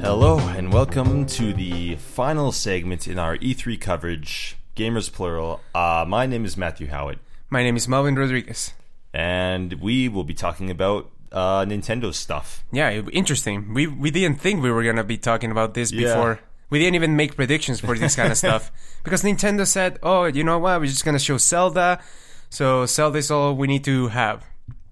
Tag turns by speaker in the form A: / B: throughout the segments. A: Hello, and welcome to the final segment in our E3 coverage, Gamers Plural. Uh, my name is Matthew Howitt,
B: My name is Melvin Rodriguez.
A: and we will be talking about uh, Nintendo stuff.
B: Yeah, it- interesting. We we didn't think we were gonna be talking about this before. We didn't even make predictions for this kind of stuff because Nintendo said, "Oh, you know what? We're just gonna show Zelda, so Zelda is all we need to have."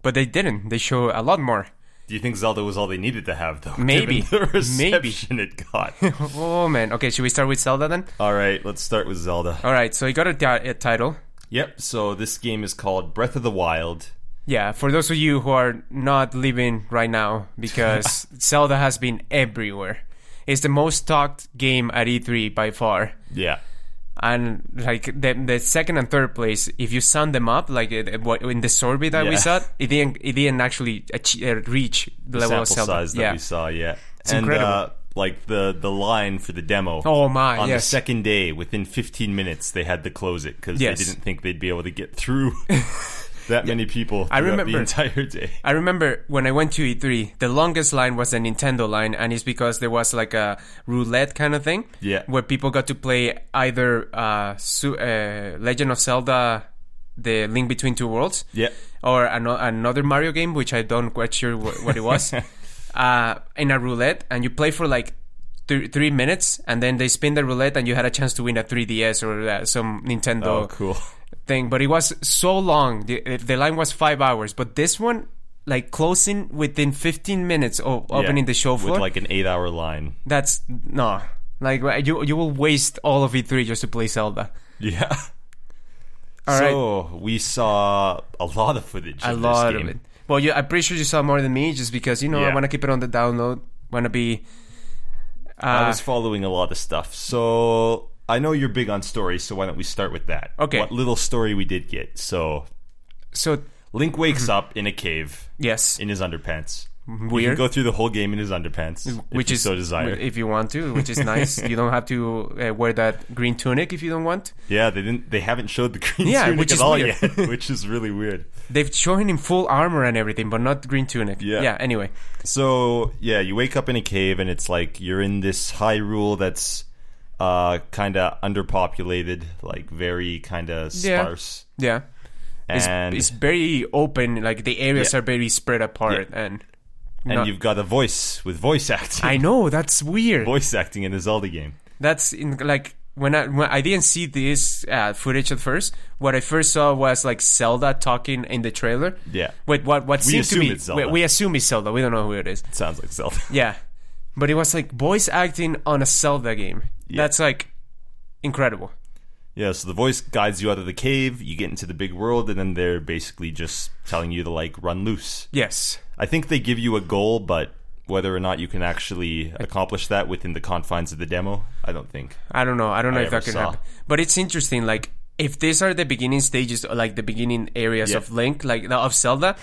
B: But they didn't. They show a lot more.
A: Do you think Zelda was all they needed to have, though?
B: Maybe.
A: given the
B: Maybe.
A: reception it got.
B: Oh man. Okay, should we start with Zelda then?
A: all right, let's start with Zelda.
B: All right. So you got a, ti- a title.
A: Yep. So this game is called Breath of the Wild.
B: Yeah, for those of you who are not living right now, because Zelda has been everywhere. It's the most talked game at E3 by far.
A: Yeah.
B: and like the, the second and third place, if you sum them up, like it, it- what- in the survey that we
A: Yeah.
B: saw, it didn't it didn't actually achieve, uh, reach the level
A: Sample
B: of Zelda.
A: size that
B: yeah.
A: we saw. Yeah. and,
B: incredible.
A: Uh, like the the line for the demo.
B: Oh my,
A: on
B: yes.
A: the second day, within 15 minutes, they had to close it because
B: Yes.
A: they didn't think they'd be able to get through that many people. I the
B: remember.
A: entire day.
B: I remember when I went to E3, the longest line was the Nintendo line, and it's because there was like a roulette kind of thing,
A: Yeah.
B: where people got to play either uh, Su- uh, Legend of Zelda, the Link Between Two Worlds,
A: Yeah.
B: or an- another Mario game, which I don't quite sure wh- what it was, uh, in a roulette, and you play for like th- three minutes, and then they spin the roulette, and you had a chance to win a 3DS or uh, some Nintendo
A: Oh, cool.
B: thing. But it was so long; the, the line was five hours. But this one, like closing within 15 minutes of opening
A: Yeah.
B: the show floor,
A: With like an eight hour line.
B: that's no. Like wh- you, you will waste all of E3 just to play Zelda.
A: Yeah.
B: All right.
A: so we saw a lot of footage.
B: a
A: of
B: lot
A: this
B: of
A: game.
B: it. Well, you, I'm pretty sure you saw more than me, just because you know
A: Yeah.
B: I want to keep it on the download. Want to be.
A: I
B: Uh,
A: was following a lot of stuff. So I know you're big on stories, so why don't we start with that?
B: Okay.
A: What little story we did get. So
B: so
A: Link
B: Mm-hmm.
A: wakes up in a cave
B: yes,
A: in his underpants. You
B: weird.
A: can go through the whole game in his underpants,
B: which
A: if you
B: is
A: so desire.
B: if you want to, which is nice. you don't have to uh, wear that green tunic if you don't want.
A: Yeah, they didn't. They haven't showed the green
B: Yeah,
A: tunic
B: which
A: at
B: is
A: all
B: weird.
A: yet, which is really weird.
B: They've shown him full armor and everything, but not green tunic.
A: Yeah.
B: Yeah. Anyway,
A: So yeah, you wake up in a cave, and it's like you're in this Hyrule that's uh, kind of underpopulated, like very kind of
B: Yeah.
A: sparse.
B: yeah.
A: And
B: it's, it's very open. Like the areas are very spread apart, and
A: and
B: not-
A: you've got a voice with voice acting,
B: I know that's weird.
A: voice acting in a Zelda game.
B: that's in like when I when I didn't see this uh, footage at first. What I first saw was like Zelda talking in the trailer.
A: Yeah.
B: With what what seemed to
A: assume
B: be
A: it's Zelda.
B: We, we assume it's Zelda. We don't know who it is.
A: Sounds like Zelda.
B: Yeah, but it was like voice acting on a Zelda game. That's like incredible.
A: Yeah, so the voice guides you out of the cave. You get into the big world, and then they're basically just telling you to like run loose.
B: Yes.
A: I think they give you a goal, but whether or not you can actually accomplish that within the confines of the demo, I don't think.
B: I don't know. I don't know if
A: ever
B: that can
A: saw.
B: happen. But it's interesting. Like if these are the beginning stages, or, like the beginning areas
A: Yeah.
B: of Link, like of Zelda,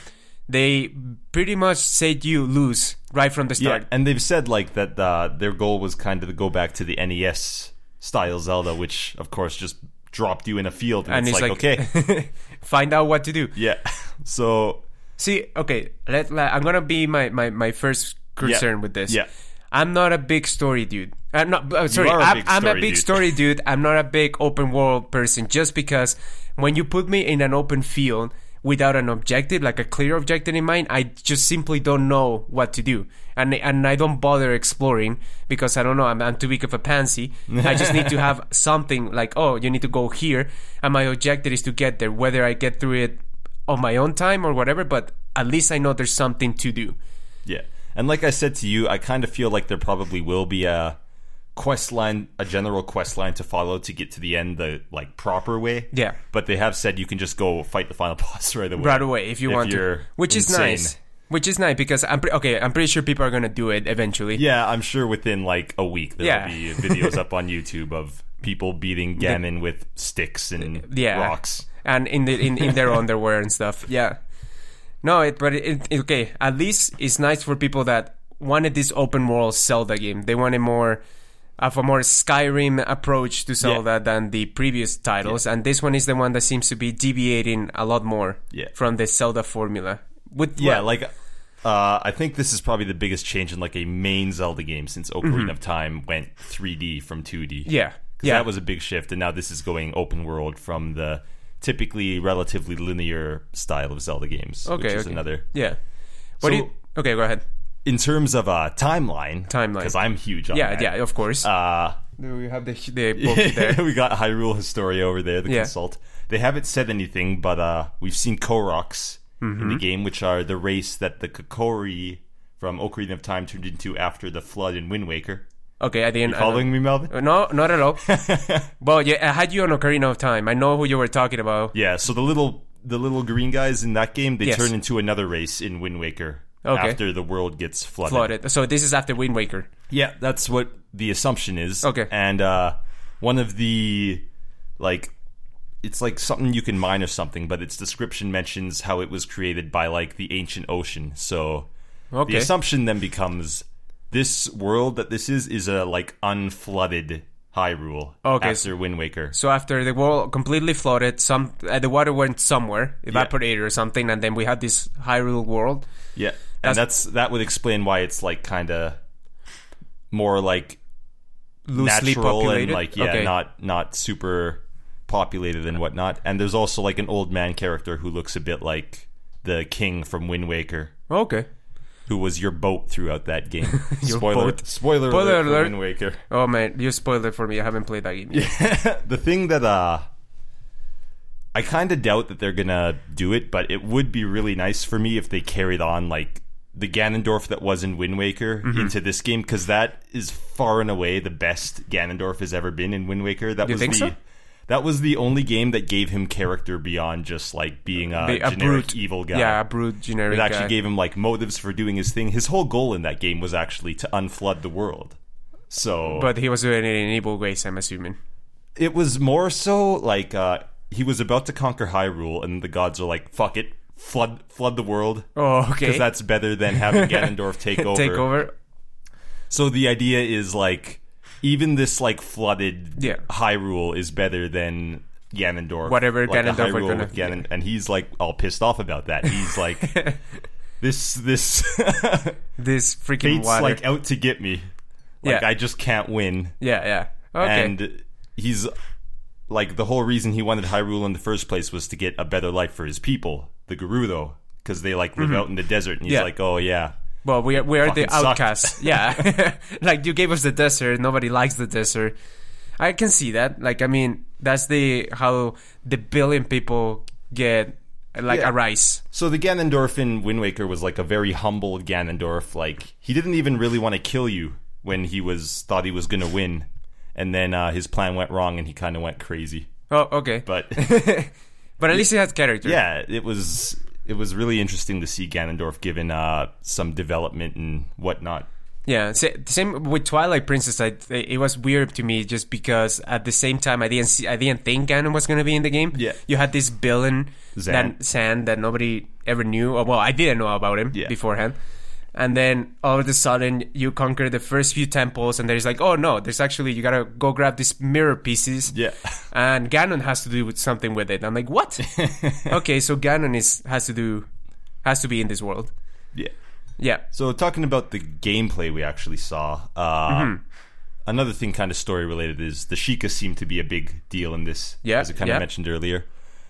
B: they pretty much said you lose right from the start.
A: Uh, and they've said like that uh, their goal was kind of to go back to the NES style Zelda, which of course just dropped you in a field, and,
B: And
A: it's,
B: it's
A: like,
B: like-
A: okay,
B: Find out what to do.
A: yeah. So
B: See, okay, let, let- I'm gonna be my, my, my first concern with this.
A: Yeah.
B: I'm not a big story dude. I'm not. uh, sorry,
A: are a
B: I'm,
A: big
B: I'm a
A: story
B: big
A: dude.
B: story dude. I'm not a big open world person. Just because when you put me in an open field without an objective, like a clear objective in mind, I just simply don't know what to do, and and I don't bother exploring because I don't know. I'm, I'm too big of a pansy. I just need to have something like, oh, you need to go here, and my objective is to get there. Whether I get through it on my own time or whatever, but at least I know there's something to do.
A: yeah, and like I said to you, I kind of feel like there probably will be a quest line, a general quest line to follow to get to the end the like proper way.
B: Yeah.
A: but they have said you can just go fight the final boss right away.
B: right away if you want
A: you're
B: to, which is
A: insane.
B: nice. Which is nice because I'm pre- okay. I'm pretty sure people are gonna do it eventually.
A: Yeah, I'm sure within like a week there
B: Yeah.
A: will be videos up on YouTube of people beating Ganon with sticks and
B: Yeah.
A: rocks.
B: and in the in, in their underwear and stuff. Yeah, no, it but it, it okay. At least it's nice for people that wanted this open world Zelda game. They wanted more of a more Skyrim approach to Zelda than the previous titles, and this one is the one that seems to be deviating a lot more
A: Yeah.
B: from the Zelda formula. With
A: Yeah,
B: well,
A: like Uh, I think this is probably the biggest change in like a main Zelda game since Ocarina of Time went 3D from 2D.
B: Mm-hmm. Yeah.
A: 'Cause
B: Yeah.
A: that was a big shift, and now this is going open world from the typically relatively linear style of Zelda games, which
B: Okay,
A: is
B: okay.
A: another.
B: Yeah. What do
A: So-
B: you, okay, go ahead.
A: In terms of uh, timeline,
B: Timeline.
A: because I'm huge on
B: Yeah,
A: that.
B: yeah, of course.
A: Uh,
B: we have the the book there.
A: we got Hyrule Historia over there, the
B: Yeah.
A: consult. They haven't said anything, but uh, we've seen Koroks in
B: Mm-hmm.
A: the game, which are the race that the Kokori from Ocarina of Time turned into after the flood in Wind Waker.
B: Okay, I didn't. I don't-
A: Following me, Melvin?
B: No, not at all. but yeah, I had you on Ocarina of Time. I know who you were talking about.
A: Yeah, so the little the little green guys in that game they
B: Yes.
A: turn into another race in Wind Waker
B: Okay.
A: after the world gets flooded.
B: Flooded. So this is after Wind Waker.
A: Yeah, that's what the assumption is.
B: Okay.
A: And uh, one of the like it's like something you can mine or something, but its description mentions how it was created by like the ancient ocean. So
B: Okay.
A: the assumption then becomes this world that this is is a like unflooded Hyrule
B: Okay,
A: after Wind Waker.
B: so after the world completely flooded, some uh, the water went somewhere, evaporated or something, and then we had this Hyrule world.
A: Yeah, and that's that would explain why it's like kind of more like
B: Loosely
A: natural
B: populated.
A: and like yeah,
B: okay.
A: not not super populated and whatnot. And there's also like an old man character who looks a bit like the king from Wind Waker,
B: Okay.
A: who was your boat throughout that game.
B: Your
A: spoiler,
B: boat.
A: spoiler,
B: Spoiler
A: alert for
B: alert.
A: Wind Waker.
B: Oh man, you spoiled it for me. I haven't played that game. Yet.
A: The thing that uh. I kind of doubt that they're gonna do it, but it would be really nice for me if they carried on like the Ganondorf that was in Wind Waker
B: Mm-hmm.
A: into this game because that is far and away the best Ganondorf has ever been in Wind Waker. That was
B: think
A: the
B: so?
A: that was the only game that gave him character beyond just like being a,
B: Be- a
A: generic
B: brute
A: evil guy.
B: Yeah, a brute generic.
A: it actually
B: guy.
A: gave him like motives for doing his thing. His whole goal in that game was actually to unflood the world. So,
B: but he was doing it in evil ways. I'm assuming.
A: it was more so like uh, he was about to conquer Hyrule, and the gods are like, "Fuck it, flood, flood the world."
B: Oh, okay.
A: Because that's better than having Ganondorf take over.
B: Take over.
A: So the idea is like, even this like flooded
B: Yeah.
A: Hyrule is better than Ganondorf.
B: Whatever
A: like a
B: Ganondorf we're
A: Hyrule
B: gonna-
A: with Ganon- and he's like all pissed off about that. He's like, "This, this
B: This freaking
A: fate's
B: water.
A: like out to get me. Like
B: Yeah.
A: I just can't win."
B: yeah, yeah. Okay.
A: and he's like the whole reason he wanted Hyrule in the first place was to get a better life for his people, the Gerudo, because they like live out in the desert, and he's
B: Mm-hmm. Yeah.
A: like, "Oh yeah,
B: Well, we are, we are the
A: Fucking sucked.
B: outcasts. Yeah. like, you gave us the desert. Nobody likes the desert. I can see that. Like, I mean, that's the how the billion people get, like,
A: Yeah.
B: a rise.
A: So the Ganondorf in Wind Waker was like a very humble Ganondorf. Like he didn't even really want to kill you when he was thought he was gonna win, and then uh, his plan went wrong, and he kind of went crazy.
B: Oh, okay. But,
A: But
B: at least it has character.
A: yeah, it was it was really interesting to see Ganondorf given uh, some development and whatnot.
B: Yeah, sa- same with Twilight Princess. I, it was weird to me just because at the same time I didn't see, I didn't think Ganon was gonna be in the game.
A: Yeah.
B: you had this villain
A: Zan.
B: that Sand that nobody ever knew. Or, well, I didn't know about him
A: Yeah.
B: beforehand. And then all of a sudden you conquer the first few temples, and there's like, oh no, there's actually you gotta go grab these mirror pieces.
A: Yeah.
B: and Ganon has to do with something with it. I'm like, what? okay, so Ganon is has to do has to be in this world.
A: Yeah.
B: Yeah.
A: So talking about the gameplay we actually saw, uh,
B: Mm-hmm.
A: another thing kind of story related is the Sheikah seemed to be a big deal in this,
B: Yeah,
A: as I kind of
B: yeah.
A: mentioned earlier.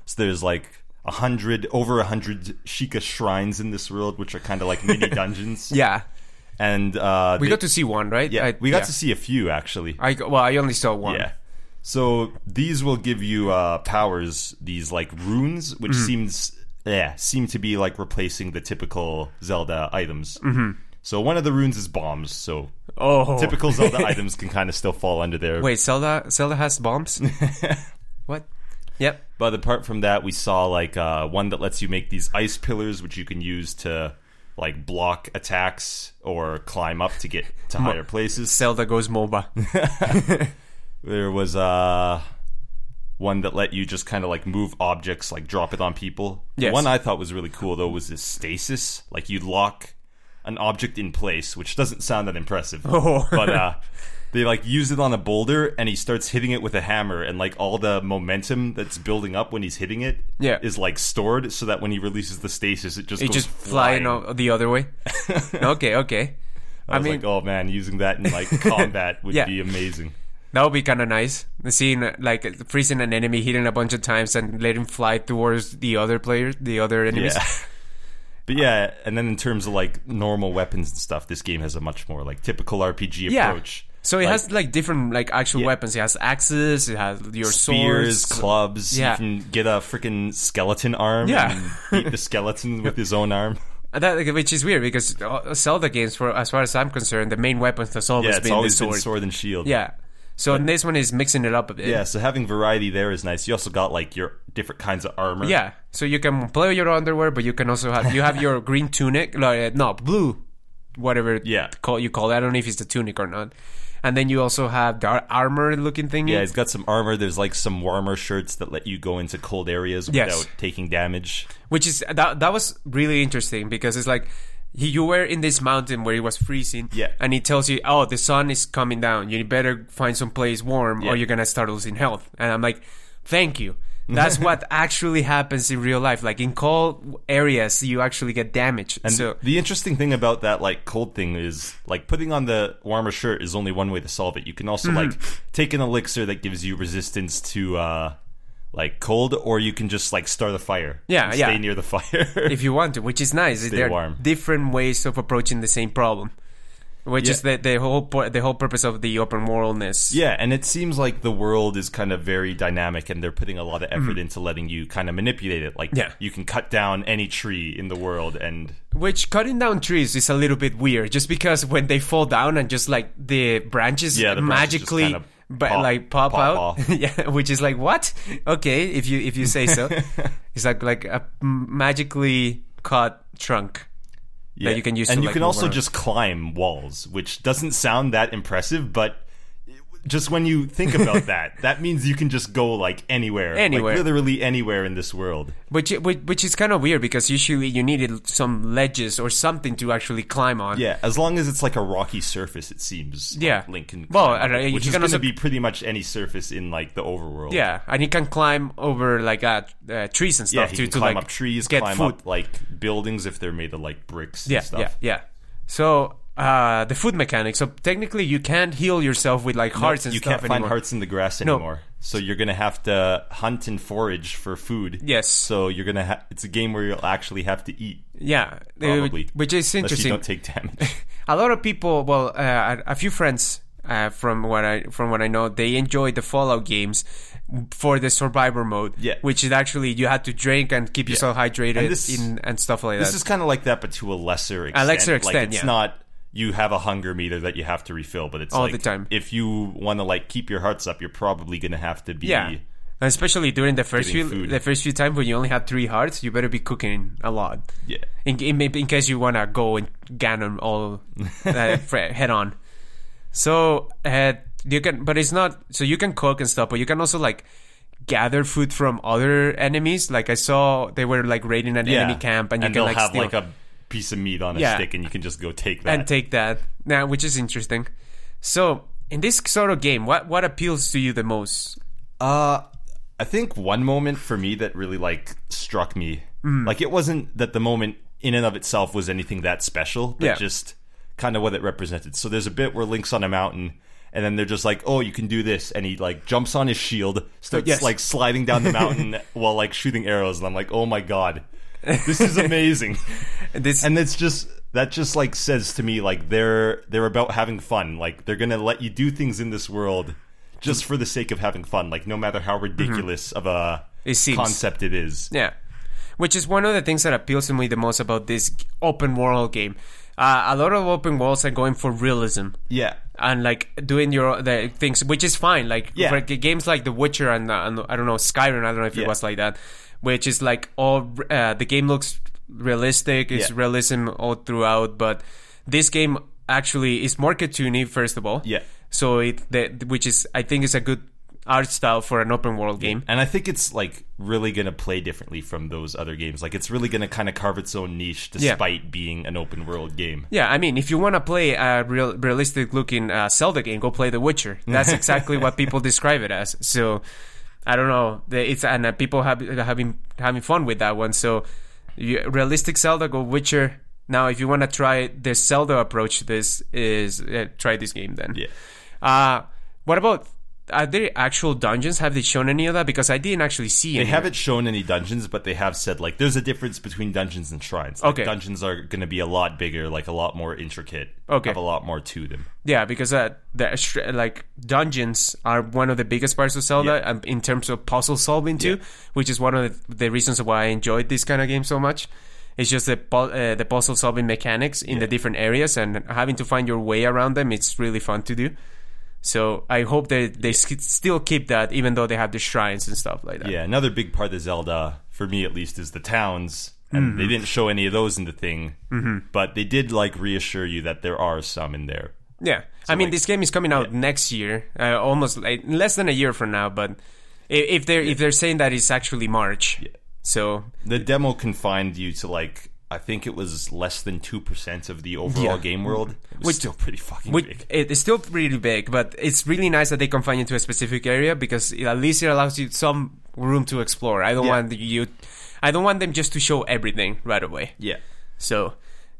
A: So there's like a hundred, over a hundred Sheikah shrines in this world, which are kind of like mini dungeons.
B: Yeah,
A: and uh,
B: we got to see one, right?
A: yeah,
B: I-
A: we got
B: yeah.
A: to see a few actually.
B: I well, I only saw one.
A: Yeah. Um, So these will give you uh, powers, these like runes, which seems yeah seem to be like replacing the typical Zelda items. Mm-hmm. So one of the runes is bombs. So
B: Oh,
A: typical Zelda items can kind of still fall under there.
B: Wait, Zelda. Zelda has bombs. what? Yep.
A: But apart from that, we saw like uh, one that lets you make these ice pillars, which you can use to like block attacks or climb up to get to higher places.
B: Zelda goes MOBA.
A: There was uh one that let you just kind of like move objects, like drop it on people. The
B: Yes.
A: One I thought was really cool though was this stasis, like you'd lock an object in place, which doesn't sound that impressive.
B: Oh.
A: But uh They like use it on a boulder, and he starts hitting it with a hammer, and like all the momentum that's building up when he's hitting it
B: Yeah.
A: is like stored, so that when he releases the stasis, it just
B: It
A: goes
B: just
A: flying.
B: flying o- the other way. okay, okay.
A: I,
B: I,
A: was
B: mean,
A: like, oh man, using that in like combat would
B: Yeah.
A: be amazing.
B: that would be kind of nice. Seeing uh, like freezing an enemy, hitting a bunch of times, and letting fly towards the other players, the other enemies.
A: Yeah. But yeah, and then in terms of like normal weapons and stuff, this game has a much more like typical RPG
B: Yeah.
A: approach.
B: So it
A: Like,
B: has like different like actual
A: Yeah.
B: weapons. It has axes. It has your
A: spears,
B: swords.
A: clubs.
B: Yeah.
A: You can get a freaking skeleton arm.
B: Yeah.
A: and beat the skeleton with his own arm.
B: And That, which is weird because uh, Zelda games, for as far as I'm concerned, the main weapons has always
A: Yeah, it's
B: been
A: always
B: the sword.
A: been sword and shield.
B: Yeah. So and this one is mixing it up a bit.
A: Yeah, so having variety there is nice. You also got like your different kinds of armor.
B: Yeah. So you can play your underwear, but you can also have you have your green tunic, like, uh, no blue, whatever
A: Yeah.
B: call you call. It. I don't know if it's the tunic or not. And then you also have the armor looking thing.
A: Yeah, he's got some armor. There's like some warmer shirts that let you go into cold areas
B: Yes.
A: without taking damage.
B: which is that that was really interesting because it's like he, you were in this mountain where it was freezing
A: Yeah.
B: and he tells you oh the sun is coming down you better find some place warm
A: Yeah.
B: or you're gonna start losing health and i'm like thank you that's what actually happens in real life like in cold areas you actually get damaged
A: And
B: so
A: the interesting thing about that like cold thing is like putting on the warmer shirt is only one way to solve it. You can also like
B: Mm-hmm.
A: take an elixir that gives you resistance to uh like cold, or you can just like start a fire.
B: Yeah,
A: and
B: yeah.
A: Stay near the fire.
B: if you want to which is nice there are
A: warm.
B: different ways of approaching the same problem which
A: Yeah.
B: is the, the whole po- the whole purpose of the open worldness
A: yeah, and it seems like the world is kind of very dynamic, and they're putting a lot of effort into letting you kind of manipulate it. Like,
B: Mm-hmm. Yeah.
A: you can cut down any tree in the world, and
B: Which cutting down trees is a little bit weird, just because when they fall down and just like the branches
A: Yeah, the branches just
B: magically,
A: kinda
B: but
A: pop-
B: like pop,
A: pop
B: out,
A: off.
B: yeah, which is like what? Okay, if you if you say so, it's like like a m- magically cut trunk
A: yeah,
B: that you can use.
A: And
B: to,
A: you
B: like,
A: can
B: move
A: also
B: around.
A: just climb walls, which doesn't sound that impressive, but just when you think about that, that means you can just go like anywhere, like,
B: Anywhere.
A: literally anywhere in this world.
B: which which, which is kind of weird because usually you needed some ledges or something to actually climb on.
A: Yeah, as long as it's like a rocky surface, it seems. like
B: Yeah.
A: Lincoln.
B: Well,
A: climb,
B: and, uh,
A: which
B: you
A: is
B: can
A: going to
B: also-
A: be pretty much any surface in like the overworld.
B: Yeah, and you can climb over like uh, uh, trees and
A: yeah,
B: stuff
A: you can
B: to, to
A: climb
B: like
A: up trees,
B: get
A: climb
B: food.
A: up like buildings if they're made of like bricks
B: yeah,
A: and stuff.
B: Yeah, yeah. So uh, the food mechanic. So technically, you can't heal yourself with like hearts and
A: you
B: stuff
A: can't find
B: anymore.
A: hearts in the grass anymore. So you're gonna have to hunt and forage for food.
B: Yes.
A: So you're gonna. Ha- it's a game where you'll actually have to eat.
B: Yeah,
A: Probably.
B: uh, which is
A: Unless you
B: interesting.
A: don't take damage.
B: A lot of people, well, uh, a a few friends uh, from what I from what I know, they enjoy the Fallout games for the survivor mode.
A: Yeah.
B: which is actually you had to drink and keep yourself hydrated and,
A: And this-
B: in, and stuff like
A: this
B: that.
A: is kind of like that, but to a lesser extent.
B: lesser
A: like,
B: extent,
A: it's
B: yeah.
A: not. You have a hunger meter that you have to refill, but it's
B: All
A: like,
B: the time.
A: If you want to like keep your hearts up, you're probably gonna have to be.
B: yeah. And Especially during the first few
A: Getting food.
B: the first few times when you only had three hearts, you better be cooking a lot.
A: Yeah.
B: in, in, in case you wanna go and Ganon all uh, fre- head on. So uh, you can, but it's not. So you can cook and stuff, but you can also like gather food from other enemies. Like I saw they were like raiding an
A: yeah.
B: enemy camp, and you can
A: they'll
B: like
A: have
B: steal
A: like a piece of meat on a
B: Yeah.
A: stick, and you can just go take that.
B: and take that. Now, which is interesting. So in this sort of game, what what appeals to you the most?
A: Uh, I think one moment for me that really like struck me,
B: Mm.
A: like it wasn't that the moment in and of itself was anything that special, but
B: Yeah.
A: just kind of what it represented. So there's a bit where Link's on a mountain. And then they're just like, "Oh, you can do this," and he like jumps on his shield, starts
B: Yes.
A: like sliding down the mountain while like shooting arrows, and I'm like, "Oh my god, this is amazing!"
B: This
A: and it's just that just like says to me like they're they're about having fun like they're gonna let you do things in this world just for the sake of having fun like no matter how ridiculous of a
B: Mm-hmm. It seems.
A: concept it is
B: Yeah, which is one of the things that appeals to me the most about this open world game. Uh, a lot of open worlds are going for realism
A: yeah
B: and like doing your the things, which is fine. Like
A: Yeah.
B: for g- games like The Witcher and, uh, and I don't know Skyrim. I don't know if it
A: Yeah.
B: was like that, which is like all uh, the game looks realistic. It's
A: Yeah.
B: realism all throughout, but this game actually is more cartoony first of all.
A: Yeah.
B: So it that which is I think is a good art style for an open world game.
A: And I think it's like really going to play differently from those other games. Like it's really going to kind of carve its own niche despite being an open world game.
B: Yeah, I mean, if you want to play a real, realistic looking uh, Zelda game, go play The Witcher. That's exactly what people describe it as. So, I don't know. The- It's and uh, people have having having fun with that one. So, you, realistic Zelda, go Witcher. Now, if you want to try the Zelda approach, to this is uh, try this game then.
A: Yeah.
B: Uh, what about are there actual dungeons? Have they shown any of that? Because I didn't actually see
A: They
B: any.
A: haven't shown any dungeons, but they have said like there's a difference between dungeons and shrines. Like,
B: Okay.
A: dungeons are going to be a lot bigger, like a lot more intricate.
B: Okay.
A: have a lot more to them.
B: Yeah, because uh, the sh- like dungeons are one of the biggest parts of Zelda
A: Yeah.
B: um, in terms of puzzle solving too, which is one of the, the reasons why I enjoyed this kind of game so much. It's just the pu- uh, the puzzle solving mechanics in the different areas and having to find your way around them. It's really fun to do. So I hope that they sk- still keep that, even though they have the shrines and stuff like that.
A: Yeah, another big part of Zelda, for me at least, is the towns. And
B: Mm-hmm.
A: they didn't show any of those in the thing, mm-hmm. but they did like reassure you that there are some in there.
B: Yeah, I mean, this game is coming out next year, uh, almost like, less than a year from now. But i- if they're if they're saying that it's actually March, so
A: The demo confined you to like I think it was less than two percent of the overall
B: Yeah.
A: game world. It was
B: Which-
A: still pretty fucking
B: Which
A: big.
B: it is still really big, but it's really nice that they confine you to a specific area because it- at least it allows you some room to explore. I don't
A: Yeah.
B: want you, I don't want them just to show everything right away.
A: Yeah.
B: So,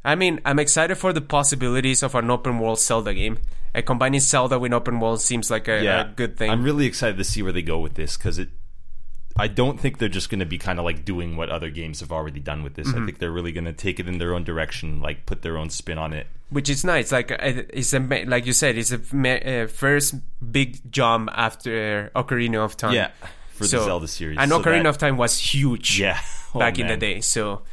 B: I mean, I'm excited for the possibilities of an open world Zelda game. Uh, combining Zelda with open world seems like a,
A: Yeah.
B: a good thing.
A: I'm really excited to see where they go with this because it I don't think they're just going to be kind of like doing what other games have already done with this.
B: Mm-hmm.
A: I think they're really going to take it in their own direction, like put their own spin on it.
B: which is nice. Like uh, it's a ma- like you said, it's a ma- uh, first big jump after Ocarina of Time.
A: Yeah, for the Zelda series.
B: And
A: So
B: Ocarina
A: that-
B: of Time was huge.
A: Yeah. Oh,
B: back in the
A: man.
B: day. So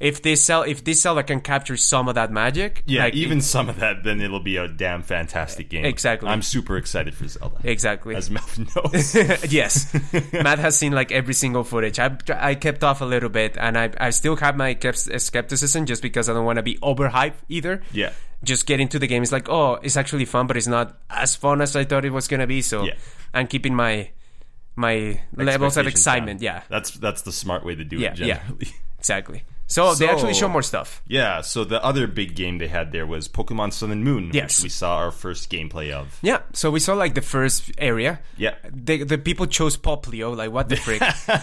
B: if this cell if this Zelda can capture some of that magic,
A: Yeah,
B: like,
A: even some of that, then it'll be a damn fantastic game.
B: Exactly.
A: I'm super excited for Zelda.
B: exactly.
A: As Melvin knows.
B: yes, Matt has seen like every single footage. I I kept off a little bit, and I I still have my kept- skepticism just because I don't want to be overhyped either.
A: Yeah.
B: Just get into the game. It's like, oh, it's actually fun, but it's not as fun as I thought it was gonna be. So,
A: Yeah.
B: I'm keeping my my levels
A: Expectations down.
B: of excitement. Yeah,
A: That's that's the smart way to do
B: Yeah,
A: it
B: yeah.
A: generally. Yeah.
B: exactly. So, they
A: So-
B: actually show more stuff.
A: so the other big game they had there was Pokemon Sun and Moon,
B: Yes.
A: which we saw our first gameplay of.
B: Yeah. So we saw like the first area.
A: Yeah.
B: the the people chose Poplio. Like what the frick?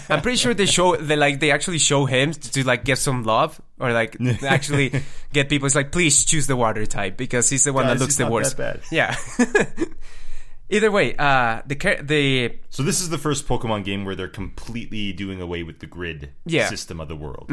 B: I'm pretty sure they show they like they actually show him to, to, like get some love or like actually get people. It's like please choose the water type because he's the one
A: Guys,
B: that looks
A: he's
B: the
A: not
B: worst.
A: that bad.
B: Yeah. Either way, uh, the char- the
A: So this is the first Pokemon game where they're completely doing away with the grid
B: Yeah. Mm-hmm.
A: system of the world.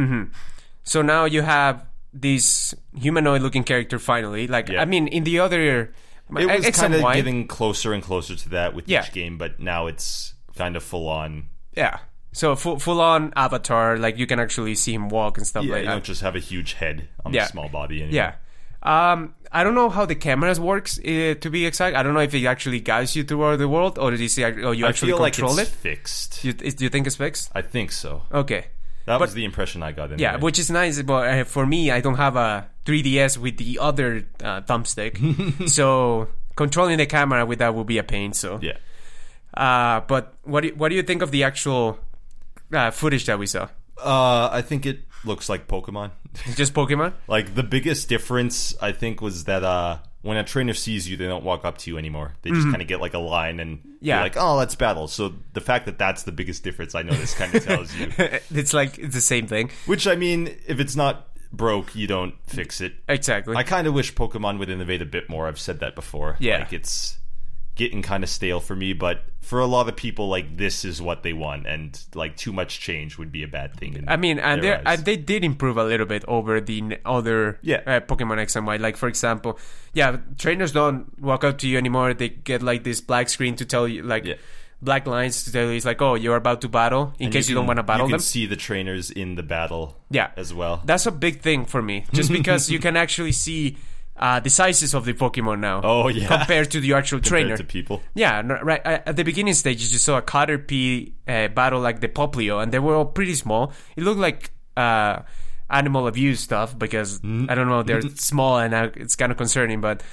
B: so now you have this humanoid looking character finally. Like
A: Yeah.
B: I mean, in the other
A: It was
B: X and
A: kind of
B: Y-
A: getting closer and closer to that with
B: Yeah.
A: each game, but now it's kind of full on.
B: yeah. So full full on avatar. Like you can actually see him walk and stuff
A: Yeah,
B: like
A: you
B: that.
A: don't just have a huge head on
B: Yeah.
A: a small body. Anymore.
B: Yeah. Um, I don't know how the cameras works uh, to be exact. I don't know if it actually guides you throughout the world or is it, or you
A: I
B: actually
A: feel like
B: control
A: it's
B: it.
A: fixed.
B: Do you, is- do you think it's fixed?
A: I think so.
B: Okay.
A: That was the impression I got. Anyway.
B: Yeah, which is nice, but uh, for me, I don't have a 3DS with the other uh, thumbstick, so controlling the camera with that would be a pain. So,
A: yeah.
B: uh, but what do you, what do you think of the actual uh, footage that we saw?
A: Uh, I think it looks like Pokemon.
B: Just Pokemon?
A: like the biggest difference, I think, was that uh, when a trainer sees you, they don't walk up to you anymore. They just kind of get like a line and
B: Mm-hmm. Yeah.
A: yeah, like, oh, let's battle. So the fact that that's the biggest difference, I know this kind of tells you.
B: it's like it's the same thing.
A: Which I mean, if it's not broke, you don't fix it.
B: Exactly.
A: I kind of wish Pokemon would innovate a bit more. I've said that before.
B: Yeah.
A: Like it's getting kind of stale for me, but for a lot of people, like this is what they want, and like too much change would be a bad thing. in
B: I mean, and,
A: their
B: they're-
A: eyes.
B: and they did improve a little bit over the n- other
A: Yeah.
B: uh, Pokemon X and Y. Like, for example, yeah, trainers don't walk up to you anymore. They get like this black screen to tell you, like,
A: Yeah.
B: black lines to tell you, it's like, oh, you're about to battle in case you, don't
A: can-
B: want to battle
A: you
B: them.
A: can see the trainers in the battle.
B: Yeah.
A: as well.
B: That's a big thing for me, just because you can actually see uh, the sizes of the Pokemon now.
A: Oh, yeah.
B: Compared to the actual
A: Compared
B: trainer.
A: to people.
B: Yeah, no, right. uh, At the beginning stages, you saw a Caterpie uh, battle like the Poplio, and they were all pretty small. It looked like uh, animal abuse stuff because I don't know, they're small and uh, it's kind of concerning. But